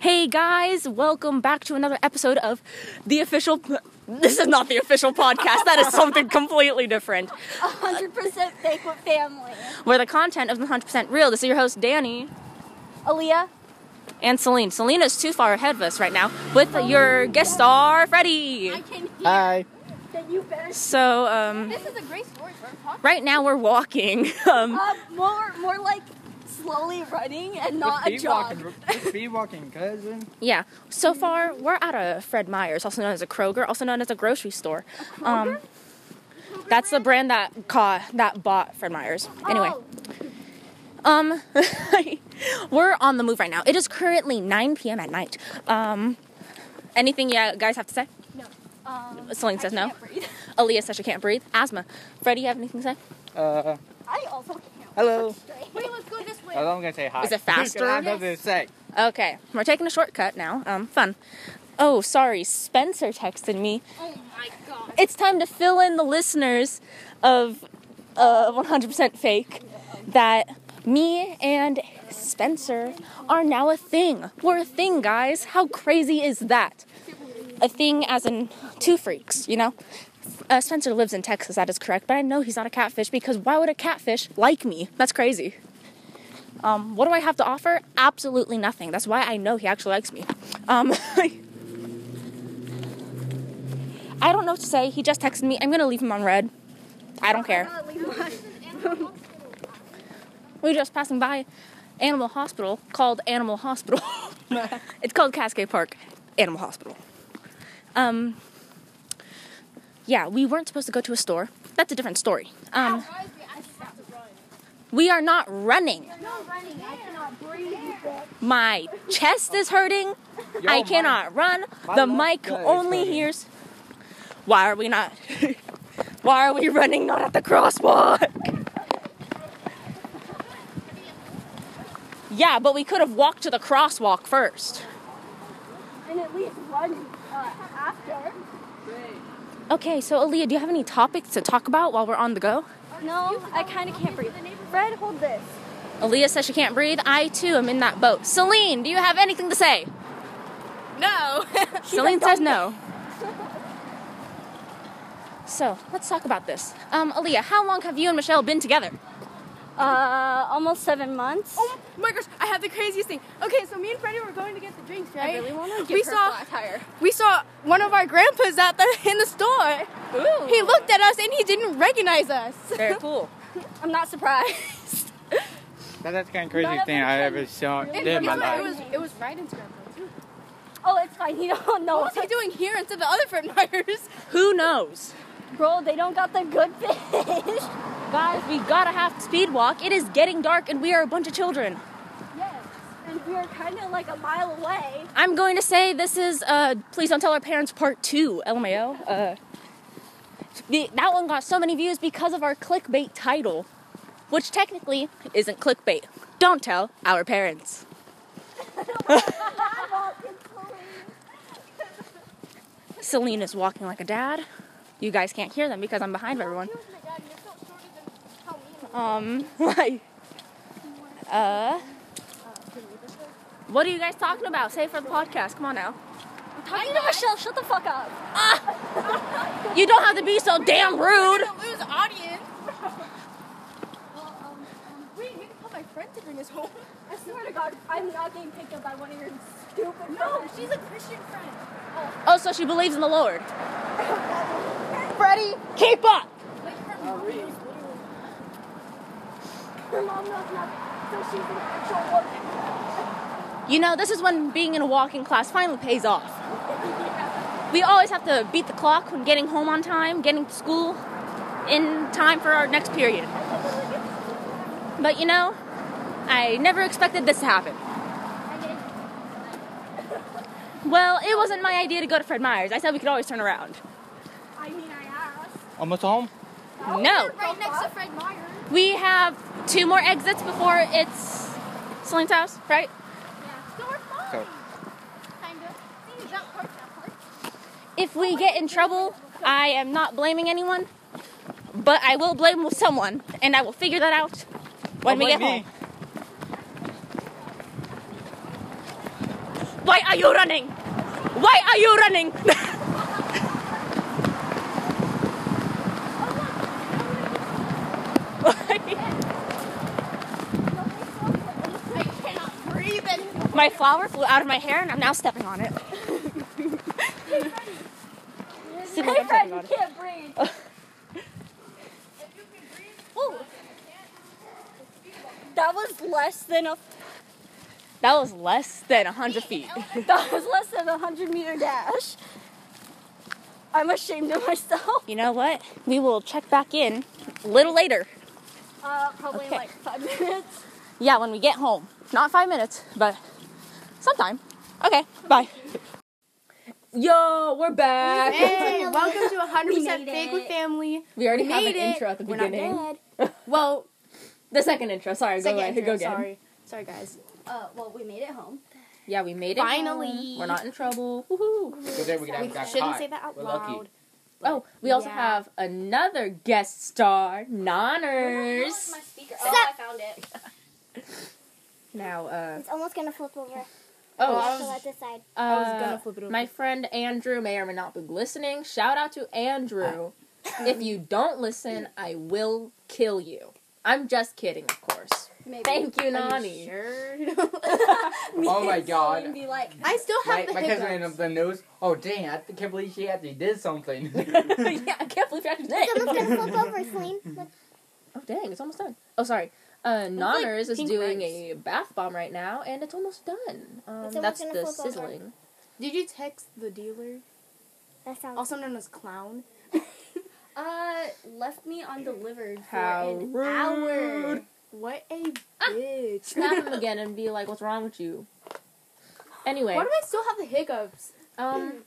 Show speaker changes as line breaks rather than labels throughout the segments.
Hey guys, welcome back to another episode of the official. This is not the official podcast. That is something completely different.
100% fake with family.
Where the content of the 100% real. This is your host Danny
Aaliyah,
and Celine. Celine is too far ahead of us right now with your guest star Freddie.
I can hear
Uh,
Hi.
that you better.
So um,
This is a great story for a podcast.
right now we're walking. Um,
Uh, more, more like slowly running and not a
Be walking,
jog.
just be walking, cousin.
yeah. So far we're at a Fred Meyer's, also known as a Kroger, also known as a grocery store. Um, that's the brand that ca- that bought Fred Meyer's. Anyway.
Oh,
Um, we're on the move right now. It is currently 9 p.m. at night. Um, anything you guys have to say?
no. Um,
Celine
I
says no.
can't breathe.
Aaliyah says she can't breathe. Asthma. Freddie, you have anything to say?
Uh,
I also can't.
hello.
Wait, let's go this way.
I'm gonna say hi.
Is it faster?
I know this say.
Okay, we're taking a shortcut now. Um, fun. Oh, sorry. Spencer texted me.
Oh my god.
It's time to fill in the listeners of uh, 100% Fake that me and Spencer are now a thing. We're a thing, guys. How crazy is that? a thing as in two freaks, you know? Uh, Spencer lives in Texas, that is correct, but I know he's not a catfish because why would a catfish like me? That's crazy. Um, what do I have to offer? Absolutely nothing. That's why I know he actually likes me. Um, I don't know what to say. He just texted me. I'm gonna leave him on red. I don't care. We were just passing by Animal Hospital called Animal Hospital. it's called Cascade Park Animal Hospital. Um, yeah, we weren't supposed to go to a store. That's a different story. Um, we are not running.
No running. I cannot breathe.
My chest is hurting. I
mic-
cannot run.
my
The
left
mic
leg is
only
hurting.
hears. Why are we not? Why are we running not at the crosswalk? yeah, but we could have walked to the crosswalk first.
And at least one uh, after.
Okay, so Aaliyah, do you have any topics to talk about while we're on the go?
No, I kind of can't breathe. Fred, hold this.
Aaliyah says she can't breathe. I too am in that boat. Celine, do you have anything to say? No. Celine says no. So let's talk about this. Um, Aaliyah, how long have you and Michelle been together?
Uh, almost seven months.
Oh my gosh, I have the craziest thing. Okay, so me and Freddie were going to get the drinks, right?
wanna
we saw we saw one of our grandpas out there in the store.
Ooh.
He looked at us and he didn't recognize us.
Very cool.
I'm not surprised.
That- That's kind of crazy
None of
thing
them
I
can
ever saw
really
did in my
do
it,
it.
life.
was, it was Ryden's grandpa.
Oh, it's fine. You don't know.
What was he doing here instead of the other Fred Meyers?
Who knows?
Bro, they don't got the good fish.
Guys, we gotta have speed walk. It is getting dark and we are a bunch of children.
yes. And we are kind of like a mile away.
I'm going to say this is uh, Please Don't Tell Our Parents Part 2, LMAO. Uh, the, that one got so many views because of our clickbait title, which technically isn't clickbait. Don't tell our parents.
I walked in Celine.
Celine is walking like a dad. You guys can't hear them because I'm behind everyone.
Excuse me, Dad, you're so shorter than how me and
Um, like, uh, what are you guys talking about? Say it for the podcast. Come on now.
I'm talking to Michelle. Shut the fuck up.
You don't have to be so damn rude.
We're gonna lose audience. well, um, um, wait, you can call my friend to bring us home.
I swear to God, I'm not getting picked up by one of your stupid. No, she's a Christian friend.
Oh, so she believes in the Lord.
Freddie,
Keep up.
like her mom knows little. Her mom knows nothing, so she's an actual woman.
You know, this is when being in a walking class finally pays off. We always have to beat the clock when getting home on time, getting to school in time for our next period. But you know, I never expected this to happen. Well, it wasn't my idea to go to Fred Meyer's. I said we could always turn around.
I mean, I asked.
Almost home.
No.
Right next to Fred Meyer.
We have two more exits before it's Celine's house, right?
So we're fine.
So
Kind of. See, that part, that part.
If we get in trouble, I am not blaming anyone, but I will blame someone, and I will figure that out when
don't
we get
blame me.
home.
Why are you running? Why are you running?
I cannot breathe anymore.
my flower flew out of my hair and I'm now stepping on it. Sitting
Hey, Fred,
on stepping
you
on it.
can't breathe. That was less than a.
That was less than 100 feet.
That was less than a hundred meter dash. I'm ashamed of myself.
You know what? We will check back in a little later.
Uh, probably
Okay.
like five minutes.
Yeah, when we get home. Not five minutes, but sometime. Okay, bye. Yo, we're back.
Hey, welcome to 100%
We made
Fake
it.
with Family.
We already have an
made it.
intro at the
We're not
beginning.
dead. Well,
The second intro. Sorry,
second
go ahead.
intro,
Go again.
sorry. Sorry, guys.
Uh, well, we made it home.
Yeah, we made it.
Finally.
We're not in trouble.
So there we got,
We
got
shouldn't
caught.
say that out
We're
loud.
lucky.
Oh, we also
Yeah.
have another guest star, Nonners.
Oh,
I found it.
Now, uh,
It's almost gonna flip over.
oh,
I
so let this side.
I was gonna
uh,
flip it over.
My friend Andrew may or may not be listening. Shout out to Andrew. if you don't listen, I will kill you. I'm just kidding, of course.
Maybe.
Thank you,
Are
Nani.
you sure?
Me
Oh my
and
God.
Celine Be like,
I still
My,
have the
my cousin ended
hiccups.
up the news. Oh dang! I th- can't believe she actually did something.
yeah, I can't believe you actually did.
It's almost gonna flip over, Celine. Look,
Oh dang, it's almost done. Oh sorry. Uh,
like
Nonners is
pink
doing
rice.
a bath bomb right now, and it's almost done. Um,
It's almost
that's
gonna
the
flip over.
sizzling.
Did you text the dealer,
that sounds.
also known as Clown?
uh, left me undelivered for
How
an
rude.
hour.
What a bitch.
Snap him again and be like, "What's wrong with you?" Anyway,
Why do I still have the hiccups?
um,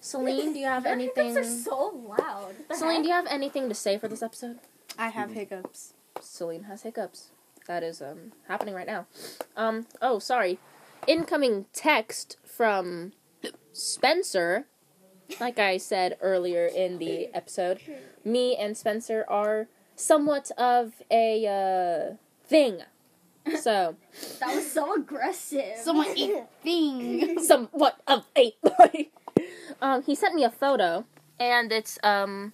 Celine, do you have
Their
anything?
hiccups are so loud. The
Celine,
heck?
do you have anything to say for this episode?
I have hiccups.
Celine has hiccups. That is um happening right now. Um oh sorry. Incoming text from Spencer. Like I said earlier in the episode, me and Spencer are somewhat of a uh, thing. So
that was so aggressive.
Someone eat thing.
somewhat of a um he sent me a photo and it's um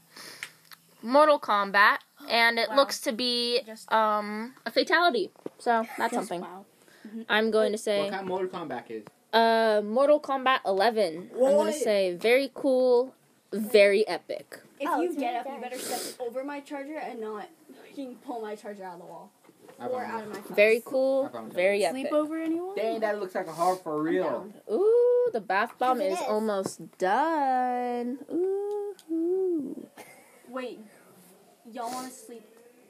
Mortal Kombat and it
Wow.
looks to be
Just-
um a fatality. So that's something.
Wow. Mm-hmm.
I'm going to say
What kind of Mortal Kombat is?
uh Mortal Kombat 11. I'm going
Why?
to say very cool, very epic.
If
Oh,
you
it's
get
really
up, you
dark.
better step over my charger and not fucking pull my charger out of the wall
I
or
found
out
it.
of my face.
Very cool,
Sleepover.
very epic.
Sleepover anyone?
Dang, that looks like a horror for real.
Ooh, the bath bomb
Yes, it
is
is.
almost done. Ooh.
Wait, y'all want to sleep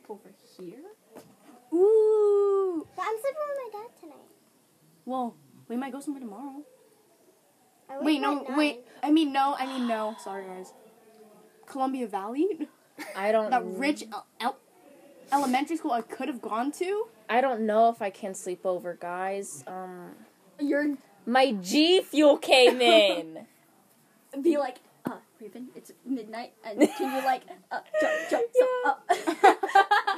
over here?
Ooh.
But I'm sleeping with my dad tonight.
Well, we might go somewhere tomorrow.
I wake
Wait,
up
no,
at nine.
wait. I mean, no, I mean, no. Sorry, guys. Columbia Valley?
I don't
That rich el- el- elementary school I could have gone to?
I don't know if I can sleep over, guys. Um
You're
my G fuel came in.
be like, uh, Raven, it's midnight, and can you like, uh, jump, jump, jump, up?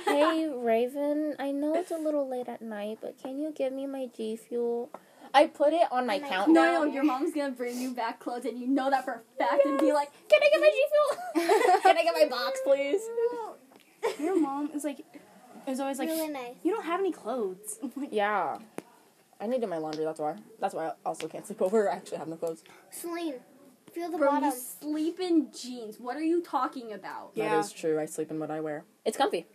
hey Raven, I know it's a little late at night, but can you give me my G fuel? I put it on my
my
countdown.
no, no, your mom's gonna bring you back clothes, and you know that for a fact, and be like,
Can I get my G Fuel? Can I get my box, please?
Your mom is like, is always like,
Really nice.
you don't have any clothes. I'm like,
Yeah. I need to do my laundry, that's why. That's why I also can't sleep over. I actually have no clothes.
Celine, feel the
bro, you
bottom.
sleep in jeans. What are you talking about?
Yeah.
That is true. I sleep in what I wear. It's comfy.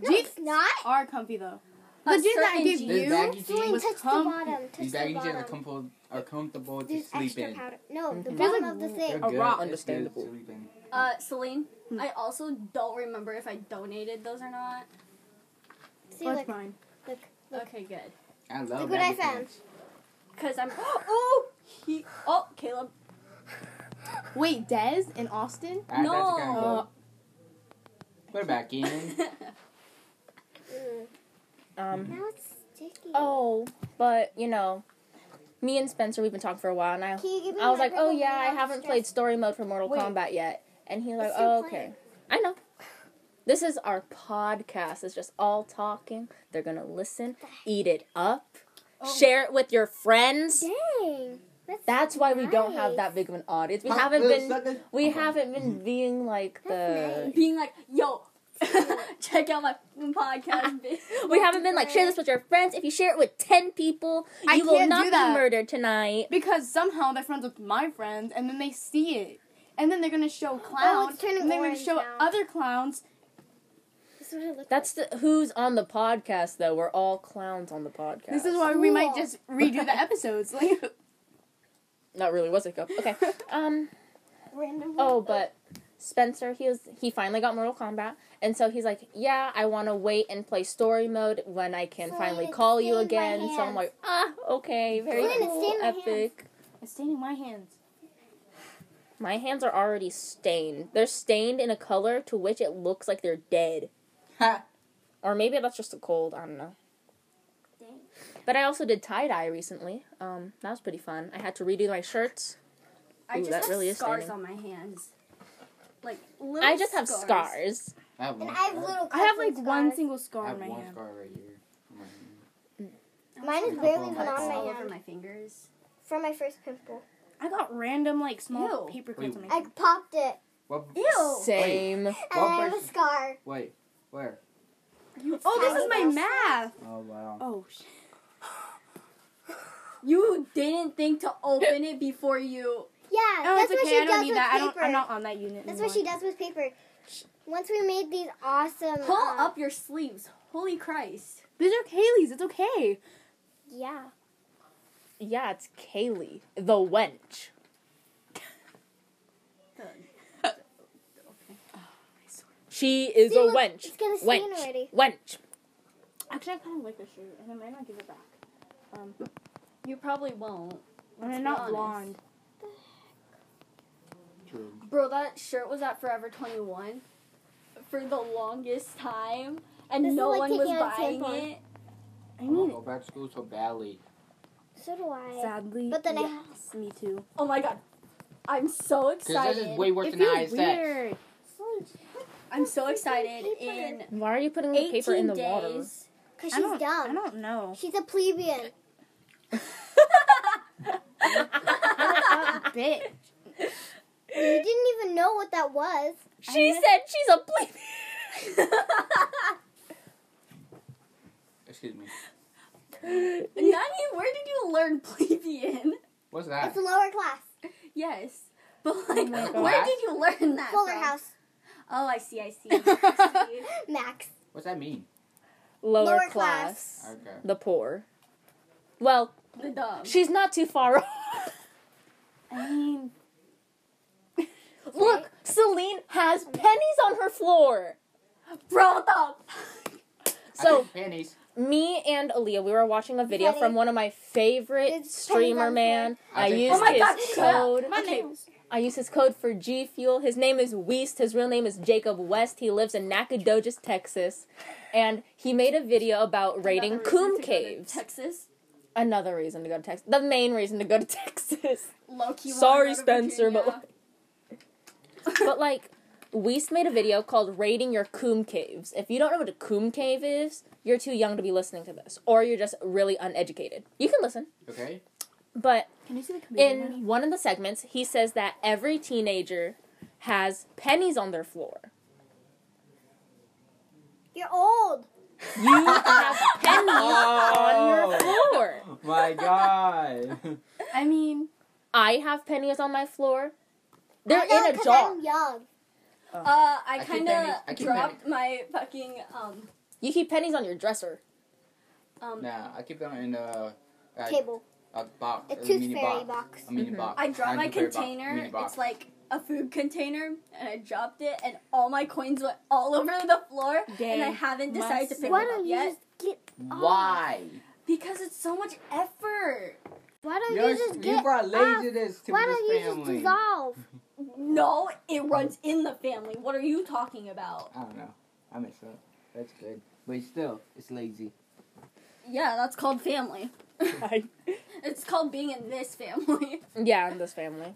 No,
Jeans
it's not.
are comfy though.
A
The jeans that I
certain
give
jeans.
This
you?
baggy
Celine,
jeans,
touch
comfy.
the bottom. Touch
these
the
baggy jeans are
bottom.
comfortable, are comfortable to
There's
sleep
extra
in.
powder. No, the
Mhm.
bottom of the
They're
thing.
A
good.
raw
It's good to
understandable.
sleep in.
Uh, Celine,
Hmm.
I also don't remember if I donated those or not.
See,
Look
look, look,
mine.
Okay, good.
I love
Look what I
baggy
found.
jeans.
Cause I'm. Oh, he. Oh, Caleb.
Wait, Des in Austin?
Ah, that's kinda
No.
Uh,
cool. We're back in.
Mm.
Um.
Now it's sticky.
Oh, but you know, me and Spencer, we've been talking for a while, and I,
Can you give me
I was
my
like, oh
ribbon
yeah, I
without
haven't
stress?
played story mode for Mortal
Wait.
Kombat yet, and he was like,
It's still
oh okay,
playing.
I know. This is our podcast. It's just all talking. They're gonna listen, eat it up, Share it with your friends.
Oh. Dang. That's,
That's why we don't
nice.
have that big of an audience. We
Pop
haven't
little
been
suckers.
we
Uh-huh.
haven't
Mm-hmm.
been being like the
That's
Being like, yo, check out my podcast. bitch.
we haven't been like share this with your friends. If you share it with ten people,
I
you will
can't
not
do
be
that.
murdered tonight.
Because somehow they're friends with my friends, and then they see it. And then they're gonna show clowns,
turning
and they're gonna
orange
show
now.
other clowns.
That's what I look
That's the, who's on the podcast though. We're all clowns on the podcast.
This is why we might
Cool.
just redo the episodes. Like,
not really was a cup. Okay. Um.
like. Randomly.
Oh, but Spencer, he was he finally got Mortal Kombat, and so he's like, yeah, I want to wait and play story mode when I can
So I
finally
need to
call
stay
you
in my
again. So I'm
hands.
like, ah, okay, very
I need to
cool,
stay in my hands.
epic.
it's staying in my hands.
My hands are already stained. They're stained in a color to which it looks like they're dead,
Ha!
or maybe that's just a cold. I don't know.
Dang.
But I also did tie dye recently. Um, that was pretty fun. I had to redo my shirts.
I
Ooh,
just
that
have
really is
scars
staining.
on my hands. Like, little
I just have scars.
I have one
And I have
scar.
little.
I have
cuts
like
and
one
scars.
single
I
scar
have
on my
one
hand.
scar right here. on my hand.
Mine is
Couple
barely
on
even
my
on
Cuts all
my
over
hand
my fingers.
from my first pimple.
I got random like small
Ew.
paper
Wait.
clips on my
I
hand.
popped it,
What?
Oh.
Same.
and I have a
person-
scar.
Wait, where?
Oh, this
tiny
is my
mouse.
math.
Oh wow.
Oh shit.
You didn't think to open it before you.
Yeah,
Oh,
that's what
it's okay.
she
I
does
don't need
with
that. I
paper.
don't. I'm not on that unit.
That's
anymore.
what she does with paper. Sh- Once we made these awesome.
Pull
um,
up your sleeves. Holy Christ.
These are Kaylee's. It's okay.
Yeah.
Yeah, it's Kaylee, the wench. She is
See,
a
look,
wench.
it's gonna stain
wench.
already.
Wench.
Actually, I kind of like this shirt, and I might not give it back. Um,
You probably won't.
and I'm
be
not
honest.
blonde.
True.
Bro, that shirt was at Forever 21 for the longest time, and
This is
no
like
one was
taking out a
buying
tampon.
it.
I
I want
need
to go back to school so badly.
So do I.
it. Sadly,
But then I
yes, me too.
Oh my god. I'm so
Cause
excited.
this is way worse
It
than I
feels
said.
weird.
I'm so excited
paper.
in
Why are you putting the
18
paper in the
days.
water?
Cause
I
she's
don't- I
dumb.
don't know.
She's a plebeian.
Bitch.
You didn't even know what that was.
She
I-
said she's a plebe.
Excuse me.
Nani, where did you learn plebeian?
What's that?
It's lower class.
Yes. But like,
my God.
where did you learn that?
Fuller
from?
House.
Oh, I see, I see. I see.
Max.
What's that mean?
Lower,
Lower
class.
class.
Okay.
The poor. Well,
the dog.
she's not too far off.
I mean,
Look, Celine has pennies on her floor.
Bro, the
So
I think panties.
me and Aaliyah, we were watching a video
Ready?
from one of my favorite
It's pennies
streamer
on
man.
floor.
I,
I think-
used
Oh my
his
God, shut up.
code.
my
Okay.
nails.
I use his code for G Fuel. His name is Weist. His real name is Jacob West. He lives in Nacogdoches, Texas. And he made a video about raiding
Another reason to
coom
go to
caves.
Texas.
Another reason to go to Texas. The main reason to go to Texas.
Low key. wanna
Sorry,
go to
Spencer, but
Virginia.
but like, Weist made a video called Raiding Your Coom Caves. If you don't know what a coom cave is, you're too young to be listening to this. Or you're just really uneducated. You can listen.
Okay.
But
Can you see the comedian?
in one of the segments, he says that every teenager has pennies on their floor.
You're old.
You have pennies on your
Oh.
floor.
My God.
I mean,
I have pennies on my floor.
I
They're
know,
in a
'cause
jar.
I'm young.
Uh, I
keep
kind
pennies- I
of
keep
dropped my fucking um
You keep pennies on your dresser.
um.
nah, I keep them in a, a
Table.
a box,
A
a,
tooth
mini
fairy
box,
box.
a mini
Mhm.
box.
I dropped my
Tiny fairy box,
container.
mini box.
It's like a food container, and I dropped it, and all my coins went all over the floor.
Dang.
And I haven't decided to
Must-
pick
Why
them
don't
up
you
yet
just get?
why?
because it's so much effort.
Why don't
You're,
you just
you
get?
brought
off?
laziness to
Why
this
don't you just
family.
dissolve?
No, it runs in the family. What are you talking about?
I don't know. I mess up. That's good, but still, it's lazy.
Yeah, that's called family. It's called being in this family.
yeah, in this family.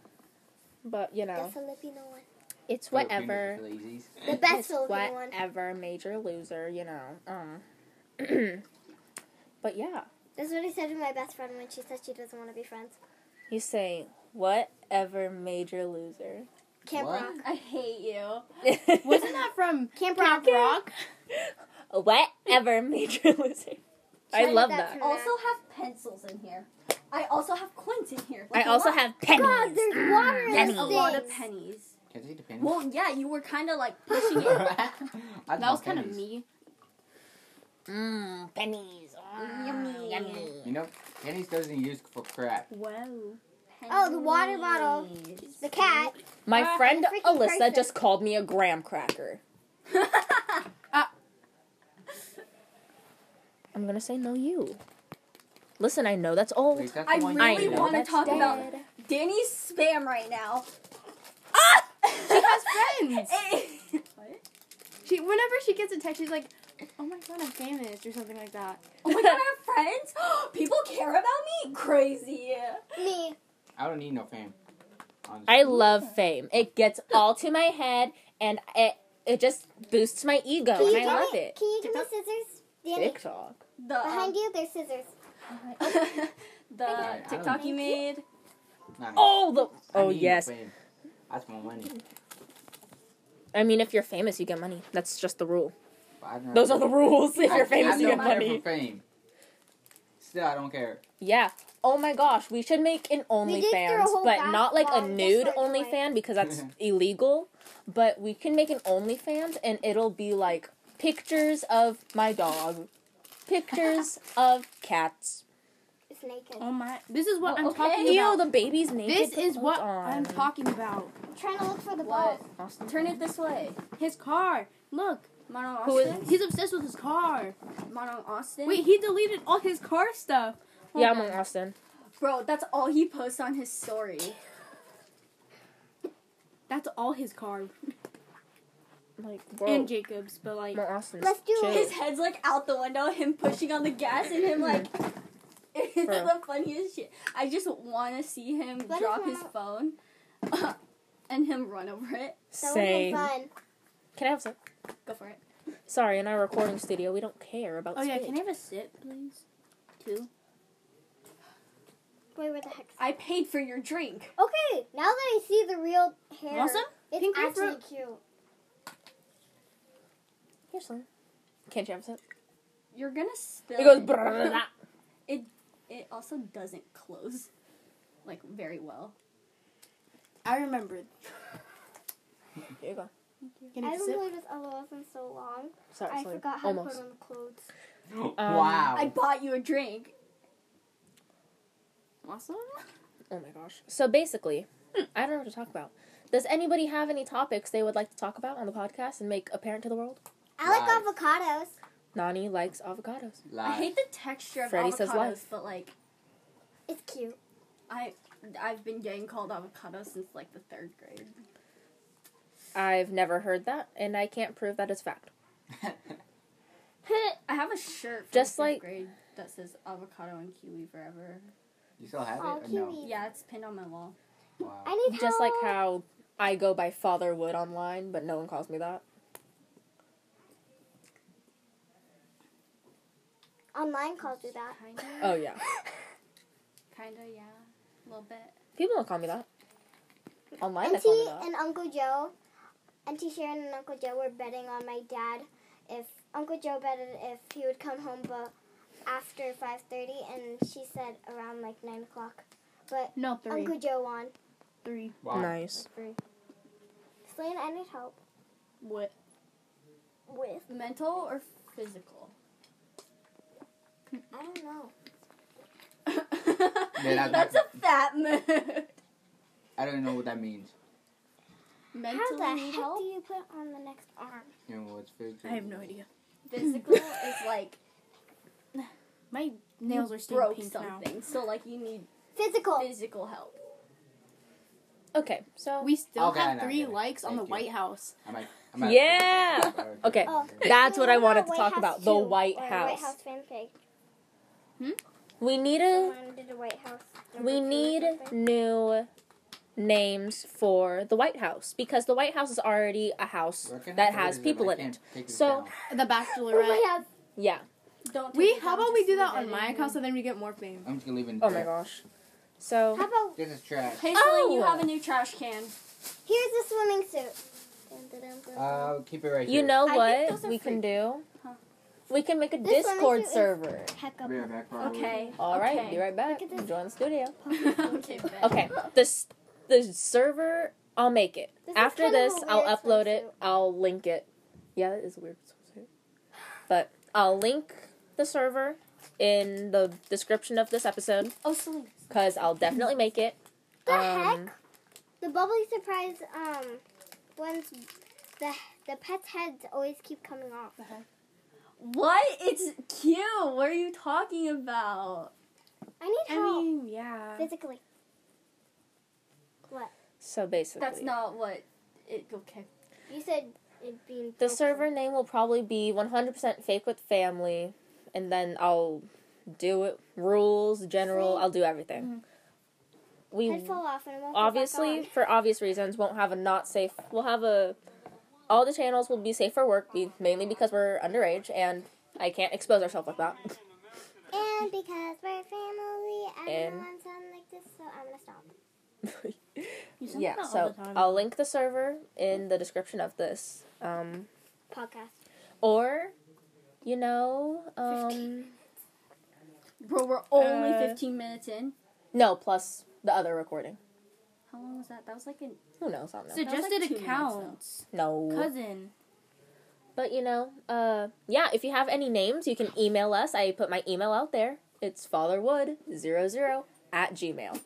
But you
The
know,
Filipino one.
it's whatever.
Lazies.
The best
It's
Filipino one.
whatever. Major loser, you know. Um. but yeah,
That's what I said to my best friend when she said she doesn't want to be friends.
You say whatever major loser.
Camp
What?
Rock.
I hate you.
Wasn't that from
Camp
Camp
Rock.
Rock?
Whatever major loser. I
Try
love
that
that.
tonight.
Also have pencils in here. I also have coins in here.
I
Like a
also
lot.
have pennies.
God, there's water in
There's
this
a
thing.
lot of pennies.
Can I take the pennies?
Well, yeah, you were kind of like pushing it.
that
That was kind of me.
Mmm, pennies. Mm,
Yummy.
You know, pennies doesn't use for crap.
Wow.
Oh, the water bottle.
Pennies.
The cat.
My
Ah,
friend
I'm a freaking
Alyssa
person.
just called me a graham cracker. I'm gonna say no, you. Listen, I know that's old.
Wait, that's the
I
one
really
you know.
want to
that's
talk about
dead.
Danny's spam right now. Ah! She
has friends.
what?
She whenever she gets a text, she's like, "Oh my god, I'm famous" or something like that.
Oh my god, I have friends? People care about me? Crazy.
Me.
I don't need no fame. honestly.
I love fame. It gets all to my head, and it it just boosts my ego,
Can you
and I
give
love
me,
it.
Can you give me scissors? Danny,
TikTok.
The um,
behind you, there's scissors.
the
I don't-
TikTok you made.
Nah, nah.
Oh, the
I
oh
need no
yes.
fame. That's my money.
I mean, if you're famous, you get money. That's just the rule.
But I don't-
Those are the rules. If
I-
you're famous,
I
you
don't
get
care
money.
For fame. Still, I don't care.
Yeah. Oh my gosh, we should make an
We did throw a
OnlyFans,
whole
but not like a
basketball just
nude
like
OnlyFan because that's illegal. But we can make an OnlyFans and it'll be like pictures of my dog, pictures of cats.
It's naked.
Oh my! This is what
Oh,
I'm
okay.
talking
Ew,
about.
the baby's naked.
This
with
is what
clothes
I'm
on.
talking about.
I'm trying to look for the
What?
ball.
Austin.
Turn it this way.
His car. Look,
Mono
Who is-
Austin?
he's obsessed with his car.
Mono Austin?
Wait, he deleted all his car stuff. Oh
Yeah, I'm on Austin.
Bro, that's all he posts on his story.
That's all his car
Like,
and
bro,
Jacob's, but like
I'm on Austin.
Let's do
Chill.
it.
His head's like out the window, him pushing on the gas, and him like. It's
Bro.
the funniest shit. I just want to see him
us
drop his
out.
phone and him run over it.
That would be
Same.
fun.
Can I have some?
Go for it.
Sorry, in our recording studio, we don't care about.
Oh yeah,
speech.
can I have a sip, please? Two.
Wait, where the heck?
I paid for your drink.
Okay, now that I see the real hair,
Want some?
it's
Pink
actually
grapefruit?
cute.
Here's some. Can't you have some?
You're gonna spill.
It goes.
it.
brrrr.
It also doesn't close, like very well.
I remembered.
Here you go.
Can
I
you
haven't
sip?
played with LOL in so long.
Sorry,
I
sorry.
forgot how
Almost.
to put on clothes.
wow.
I bought you a drink.
Awesome.
Oh my gosh. So basically, hmm, I don't know what to talk about. Does anybody have any topics they would like to talk about on the podcast and make apparent to the world?
I like
Nice.
avocados.
Nani likes avocados.
Lies.
I hate the texture of
Freddy
avocados,
says life.
but like
It's cute.
I, I've been getting called avocado since like the third grade.
I've never heard that, and I can't prove that is fact.
I have a shirt from
Just
fifth
like-
grade that says avocado and kiwi forever.
you still have it?
Oh,
or no?
kiwi.
Yeah, it's pinned on my wall.
Wow.
I need
Just like
help.
how I go by Father Wood online, but no one calls me that.
Online calls you that.
Kinda,
Oh yeah,
kinda, yeah, a little bit.
people don't call me that. Online, they call me
Auntie
that.
and Uncle Joe, Auntie Sharon and Uncle Joe were betting on my dad if Uncle Joe betted if he would come home, but after five thirty, and she said around like nine o'clock. But
No, three.
Uncle Joe won.
Three.
Wow.
Nice.
Three. Selena, I need help
What?
with.
Mental or physical?
I don't know.
I-
That's a fat mood.
I don't know what that means.
How
Mentally
the
need
heck
help?
do you put on the next arm?
You know what's food?
I have no idea.
Physical is like
My nails are stained
broke
pink Oh.
something, so like you need
Physical.
physical help.
Okay,
now.
so
We still
Okay, I
have
know,
three
I know.
likes on the
Thank you.
White House.
I might, I might
Yeah! Okay.
Oh.
that's what I
Selena,
wanted to
White
talk
House
about. The
too,
White
or White
House.
House fanfic.
We need a
Someone did a White House. number two
We
or
need
something.
new names for the White House because the White House is already a house
Working
that
hard
has
is
people
I
in
can't
it.
take this
So-
down.
The
Oh
Bachelorette.
my God.
Yeah.
Don't.
We how about we do that on my account so then we get more fame.
I'm just gonna leave it. in
Oh my
there.
gosh. So
How about
This is trash.
Hey,
Oh!
Celine, you have a new trash can.
here's a swimming suit? Dun, dun, dun, dun, dun.
Uh, keep it right
you
here.
know
I think
what
those are
we can
free.
do?
Huh.
We can make a
This one is
Discord
your-
server.
Heck up.
Be right back, probably.
Okay.
All right,
okay.
be right back.
Look at this.
Join the studio.
okay.
Oh,
bet.
Okay, the s- the server. I'll make it.
This is
After
kind of
this,
a
I'll
weird
upload it.
swimsuit.
I'll link it. Yeah, it is a weird, swimsuit. but I'll link the server in the description of this episode
Oh, Celine.
because I'll definitely make it.
The
Um,
heck? The bubbly surprise um ones the the pet's heads always keep coming off.
What? It's cute. What are you talking about?
I need
I
help
mean,
uh,
yeah.
physically. What?
So basically,
That's not what. It okay.
You said it being
The server name will probably be 100% fake with family, and then I'll do it. Rules, general, I'll do everything. We
Head fall off and it won't go back
obviously,
on.
for obvious reasons, won't have a not safe. We'll have a. All the channels will be safe for work, be, mainly because we're underage, and I can't expose ourselves like that.
And because we're family, I
And-
don't want to sound like this, so I'm gonna stop.
You sound
yeah,
like that all
so
the
Uh,
time.
I'll link the server in the description of this. Um,
Podcast.
or, you know, um,
Bro, we're only
Uh,
15 minutes in.
no, plus the other recording.
How long was that? That was like an.
Who knows? I don't know.
That was
Suggested
like two minutes,
accounts.
no.
Cousin.
But you know, uh, yeah, if you have any names, you can email us. I put my email out there. It's fatherwood00 at gmail.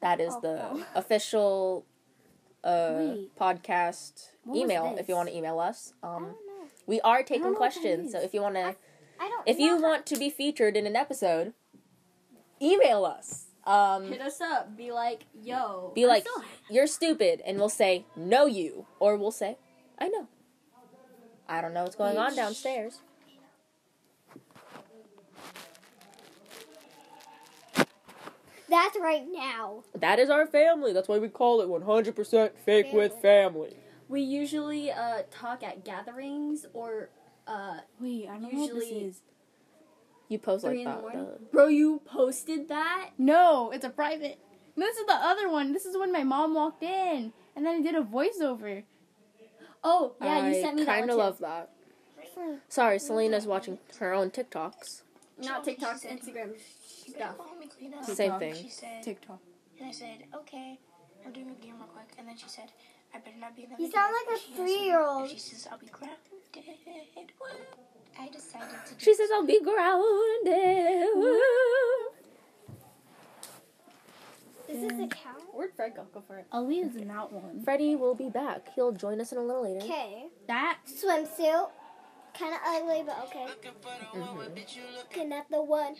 That is the official uh,
Oh, Wait.
podcast
What was
email
this?
if you want to email us.
I
Um,
don't know.
we are
know
taking
what that
questions, so
is.
if you want to,
I don't
if
know
you
how-
want to be featured in an episode, email us. Um,
Hit us up. Be like, yo.
be
I'm
like,
still-
you're stupid, and we'll say, no, you. Or we'll say, I know. I don't know what's going on downstairs.
That's right now.
That is our family. That's why we call it 100% fake with family.
we usually uh, talk at gatherings or. Uh,
Wait, I don't know what this
Usually-
is.
You post
three
like
in the
that.
morning.
though.
Bro, you posted that?
No, it's a private. No, this is the other one. This is when my mom walked in, and then I did a voiceover.
Oh, yeah, you sent me
I
that one.
kind of
too.
love that. Sorry, Selena's watching her own TikToks.
Not TikToks, Instagram stuff.
Call me clean up.
Same thing.
She said,
TikTok.
and I said, okay, I'm doing a game real quick. And then she said, I better not be in the
You
video.
sound like a
She doesn't.
three-year-old.
She says, I'll be grounded. Well, I decided to do
She says, I'll be grounded.
Is this a count?
Where'd Fred go? Go for it.
Aaliyah's in that one.
Freddie will be back. He'll join us in a little later.
Okay.
That
Swimsuit. Kind of ugly, but okay.
Mm-hmm.
Looking at the one.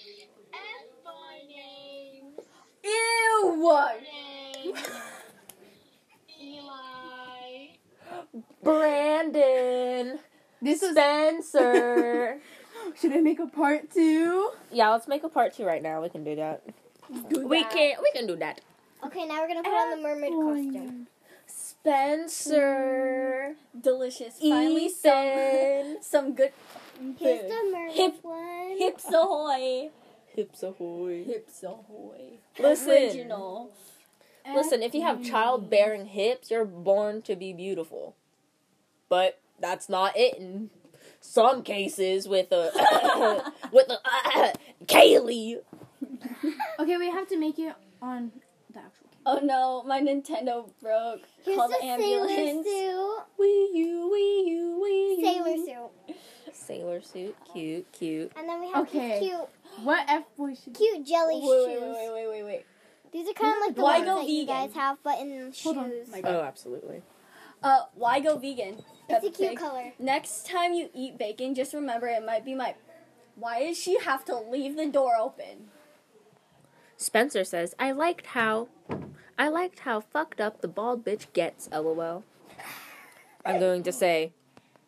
Brandon.
This is.
Spencer.
Should I make a part two?
yeah, let's make a part two right now. We can do that. We can. We can do that.
Okay, now we're gonna put on the mermaid costume.
Spencer.
Delicious. Finally,
Ethan.
some good
Here's the mermaid
Hip-
one.
hips ahoy.
Hips ahoy.
Hips ahoy.
Listen.
Original.
Listen, if you have childbearing hips, you're born to be beautiful. But that's not it in some cases with a with a Kaylee.
Okay, we have to make it on the actual.
Oh no, my Nintendo broke.
Here's
Call the,
the
ambulance.
sailor
Wee you, wee you, wee
suit. Sailor suit.
Sailor suit, cute, cute.
And then we have
Okay.
these cute,
What F boy should?
cute jelly
Wait, wait,
shoes.
wait, wait, wait, wait.
These are kind of like the
Why
ones
go
that you
vegan?
guys have, but in shoes.
Hold on, my
Oh, absolutely.
Uh, why go vegan?
It's
Peppa
a cute
Pig.
color.
Next time you eat bacon, just remember it might be my. Why does she have to leave the door open?
Spencer says, "I liked how, I liked how fucked up the bald bitch gets." LOL. I'm going to say,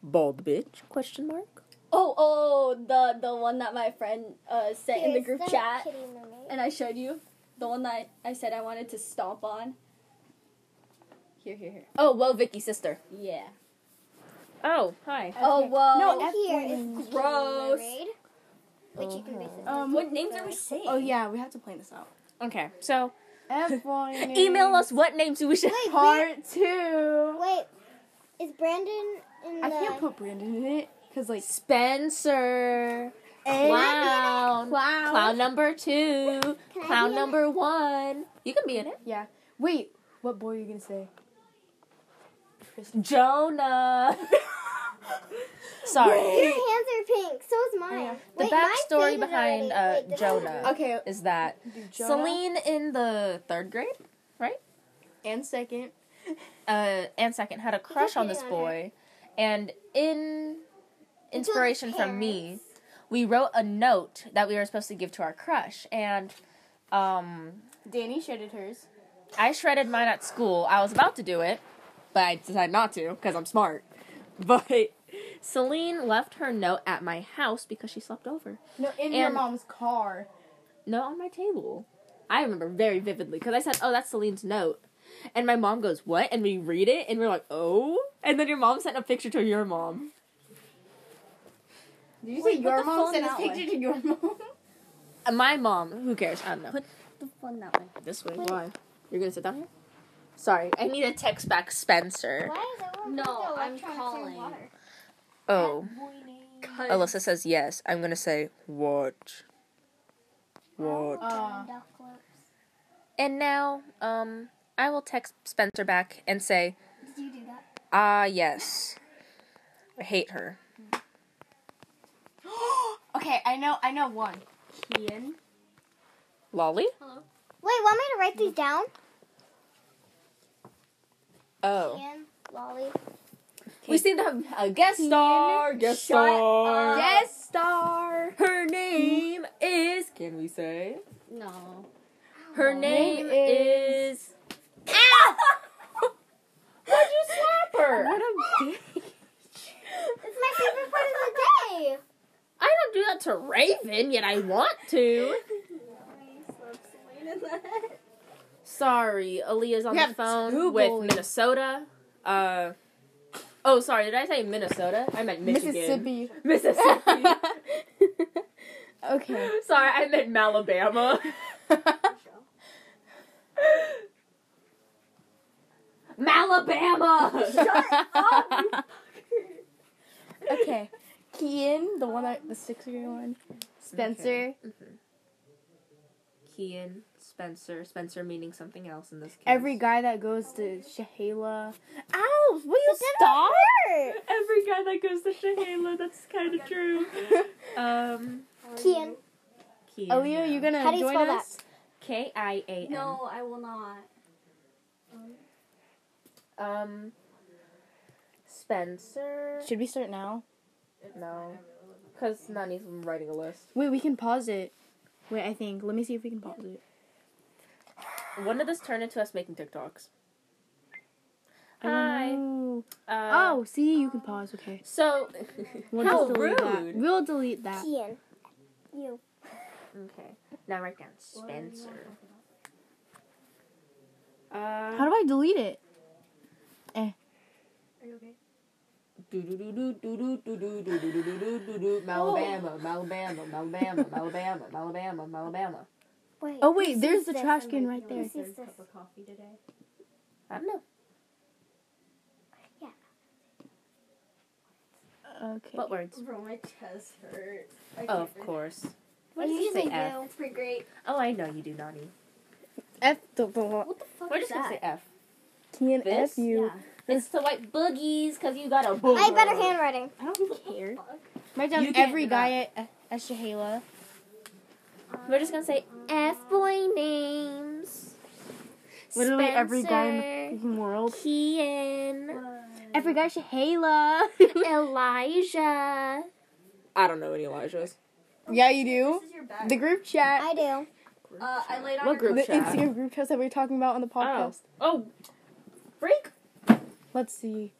bald bitch? Question mark.
Oh, oh, the the one that my friend uh sent in the
Here's
group
the
chat,
kitty mermaid.
and I showed you the one that I said I wanted to stomp on. Here, here, here.
Oh, whoa, Vicky's sister.
Yeah.
Oh, hi.
Oh, whoa.
And here is the kitty
gross.
mermaid. Which you can basically.
Um,
What names are we saying?
oh yeah, we have to plan this out.
Okay, so
F1.
email us what names we should.
Wait, Bran-
Part two.
wait. Is Brandon in the?
I can't put Brandon in it because like
Spencer. Clown.
clown.
Clown number two.
Can I
Clown
be in
number one. You can be in it.
Yeah. Wait. What boy are you gonna say?
Jonah. Sorry.
Your hands are pink. So is mine.
The
Wait, mine
backstory
faded
behind uh,
already. Wait, the-
Jonah
Okay.
is that Celine in the third grade
And second.
uh, and second had a crush on
hitting
this
on her.
boy, and in inspiration from me,
parents.
we wrote a note that we were supposed to give to our crush, and um,
Danny shredded hers.
I shredded mine at school. I was about to do it, but I decided not to because I'm smart. But Celine left her note at my house because she slept over.
No, in your
And-
mom's car.
No, on my table. I remember very vividly because I said, "Oh, that's Celine's note," and my mom goes, "What?" and we read it, and we're like, "Oh!" and then your mom sent a picture to your mom.
Did you
Wait, put
say your
the
mom
phone
sent this
that
picture to your mom?
Uh, My mom. Who cares? I don't know. Put
the phone that way.
this way. Why? You're gonna sit down here. Sorry, I need to text back Spencer.
Why is it
No, I'm calling.
Oh,
Cause
Alyssa says yes. I'm gonna say what. What?
Uh,
And now, um, I will text Spencer back and say,
Did you do that?
ah, yes. I hate her.
okay, I know, I know one. Kian.
Lolly?
Wait, want me to write these down?
Oh.
Ian, Lolly.
We seem to have a guest star. Guest star.
Uh,
Guest star.
Her name is. Can we say?
no.
Her name is. Why'd you slap her?
It's my favorite part of the day.
I don't do that to Raven, yet I want to. Sorry, Aaliyah's on
We
the
have two
phone with
bullies.
Minnesota. Uh, oh, sorry, did I say Minnesota? I meant Michigan.
Mississippi.
Mississippi.
Okay.
sorry, I meant Malabama. Malabama!
Okay. Kian, the one that the sixth grade one. Spencer.
Kean, Spencer, Spencer meaning something else in this case.
Every guy that goes to Shahela. Ow! Will you stop?
Every guy that goes to Shahela, that's kind of true. Um,
Kian.
Kean.
Aaliyah, you gonna
How do you
join
spell
us?
K I A N.
No, I will not.
Um, Spencer.
Should we start now?
No. Because Nani's writing a list.
Wait, we can pause it. Wait, I think. Let me see if we can pause it.
When did this turn into us making TikToks? Hi.
Oh,
Uh,
oh see, you can pause. Okay.
So.
We'll
How
just delete that.
rude.
We'll delete that.
Kian. You.
okay. Now write down Spencer.
How
Uh,
do I delete it?
Oh,
Malabama, Malabama, Malabama, Malabama, Malabama, Malabama.
Wait.
Oh wait, there's
is
the
this?
trash can right there.
Who's this?
I don't know.
Okay.
What words?
Bro, my chest hurts.
Oh, of course.
What
did you say, F?
That's pretty great.
Oh, I know you do, Nani.
F the the one.
What the fuck
We're
is
just gonna say
that?
F.
Can
This?
F you?
It's the white boogies, cause you got a boogie.
I have better handwriting.
I don't care. Write
You
down
can't
every
do
guy at, at Shahela.
Um,
We're just gonna say F boy names.
Literally every guy in the
Spencer,
freaking world.
Kean,
Every guy Shahela.
Elijah. I don't know any Elijahs.
yeah, you do.
This is your back.
The group chat.
I do.
uh, I laid on
What
her-
group
the
chat?
Instagram group chat that we were talking about on the podcast.
Oh, freak!
Let's see.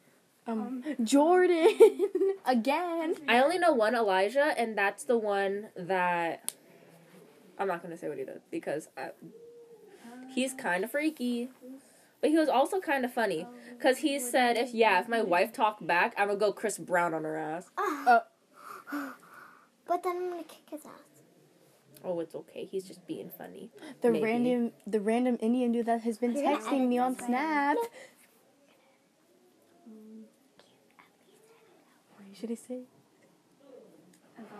Um, Jordan again.
I only know one Elijah, and that's the one that I'm not gonna say what he does because I, he's kind of freaky, but he was also kind of funny because he said, "If yeah, if my wife talked back, I'm gonna go Chris Brown on her ass."
But then I'm gonna kick his ass.
Oh, it's okay. He's just being funny.
The
Maybe.
random the random Indian dude that has been
You're gonna edit
texting me on
this, right?
Snap. What should I say?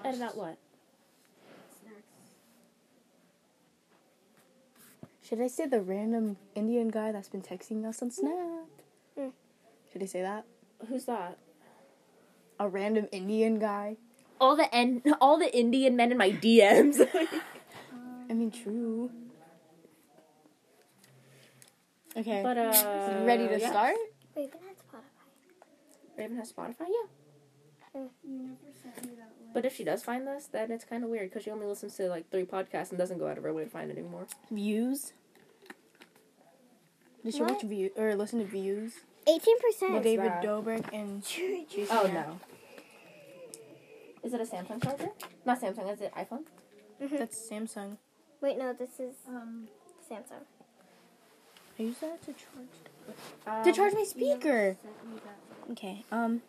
And about what?
Should I say the random Indian guy that's been texting us on Snap?
Hmm.
Mm.
Should I say that?
Who's that?
A random Indian guy?
All the en- all the Indian men in my DMs.
I mean, true. Okay.
but uh,
Ready to
yeah.
start?
Wait, but that's Spotify.
Raven has Spotify, yeah. But if she does find this, then it's kind of weird because she only listens to like three podcasts and doesn't go out of her way to find it anymore.
Views? Did she watch view or listen to views?
Eighteen
With
percent.
David
that?
Dobrik and
Oh no. Is it a Samsung charger? Not Samsung. Is it iPhone?
that's Samsung.
Wait, no, this is Samsung.
I use that to charge
Um,
to charge my speaker. Okay. Um.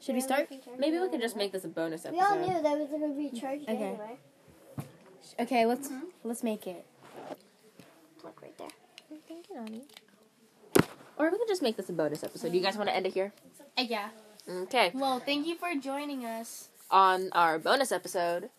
Should we start?
Maybe we can just make this a bonus
We all
episode.
knew that was gonna be charged
Okay.
anyway.
Okay. Let's let's make it.
Look right there.
Or we can just make this a bonus episode. Do you guys want to end it here?
Uh, yeah.
Okay.
Well, thank you for joining us.
On our bonus episode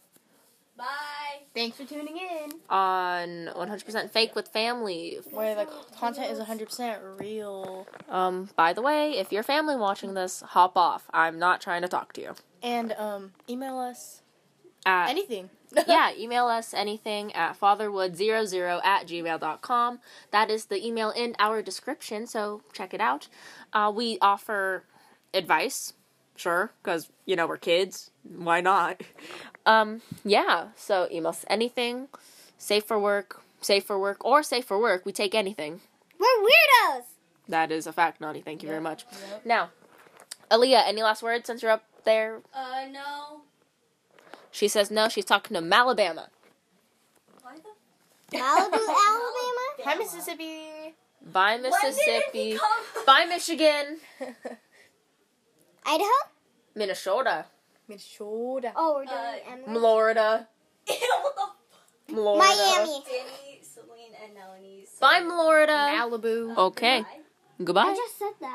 Thanks for tuning in.
on 100% Fake with Family.
Where the content is 100% real.
Um, by the way, if your family watching this, hop off. I'm not trying to talk to you.
And um, email us
At
anything.
yeah, email us anything at fatherwood00 at gmail.com. That is the email in our description, so check it out. Uh, we offer advice, sure, because, you know, we're kids. Why not? Um, yeah, so email us anything, safe for work, safe for work, or safe for work. We take anything.
We're weirdos.
That is a fact, Naughty. Thank you very much. Now, Aaliyah, any last words since you're up there?
Uh, no.
She says no, she's talking to Malabama.
Why the
Malibu, Alabama.
Hi, Mississippi.
Bye, Mississippi. Bye, Michigan.
Idaho.
Minnesota.
Minnesota.
Oh, we're doing
Uh,
Emily.
Florida.
what the
Florida.
Miami.
Danny, Celine, and Melanie.
Bye, Florida.
Malibu.
Okay.
Bye.
I
Goodbye.
just said that.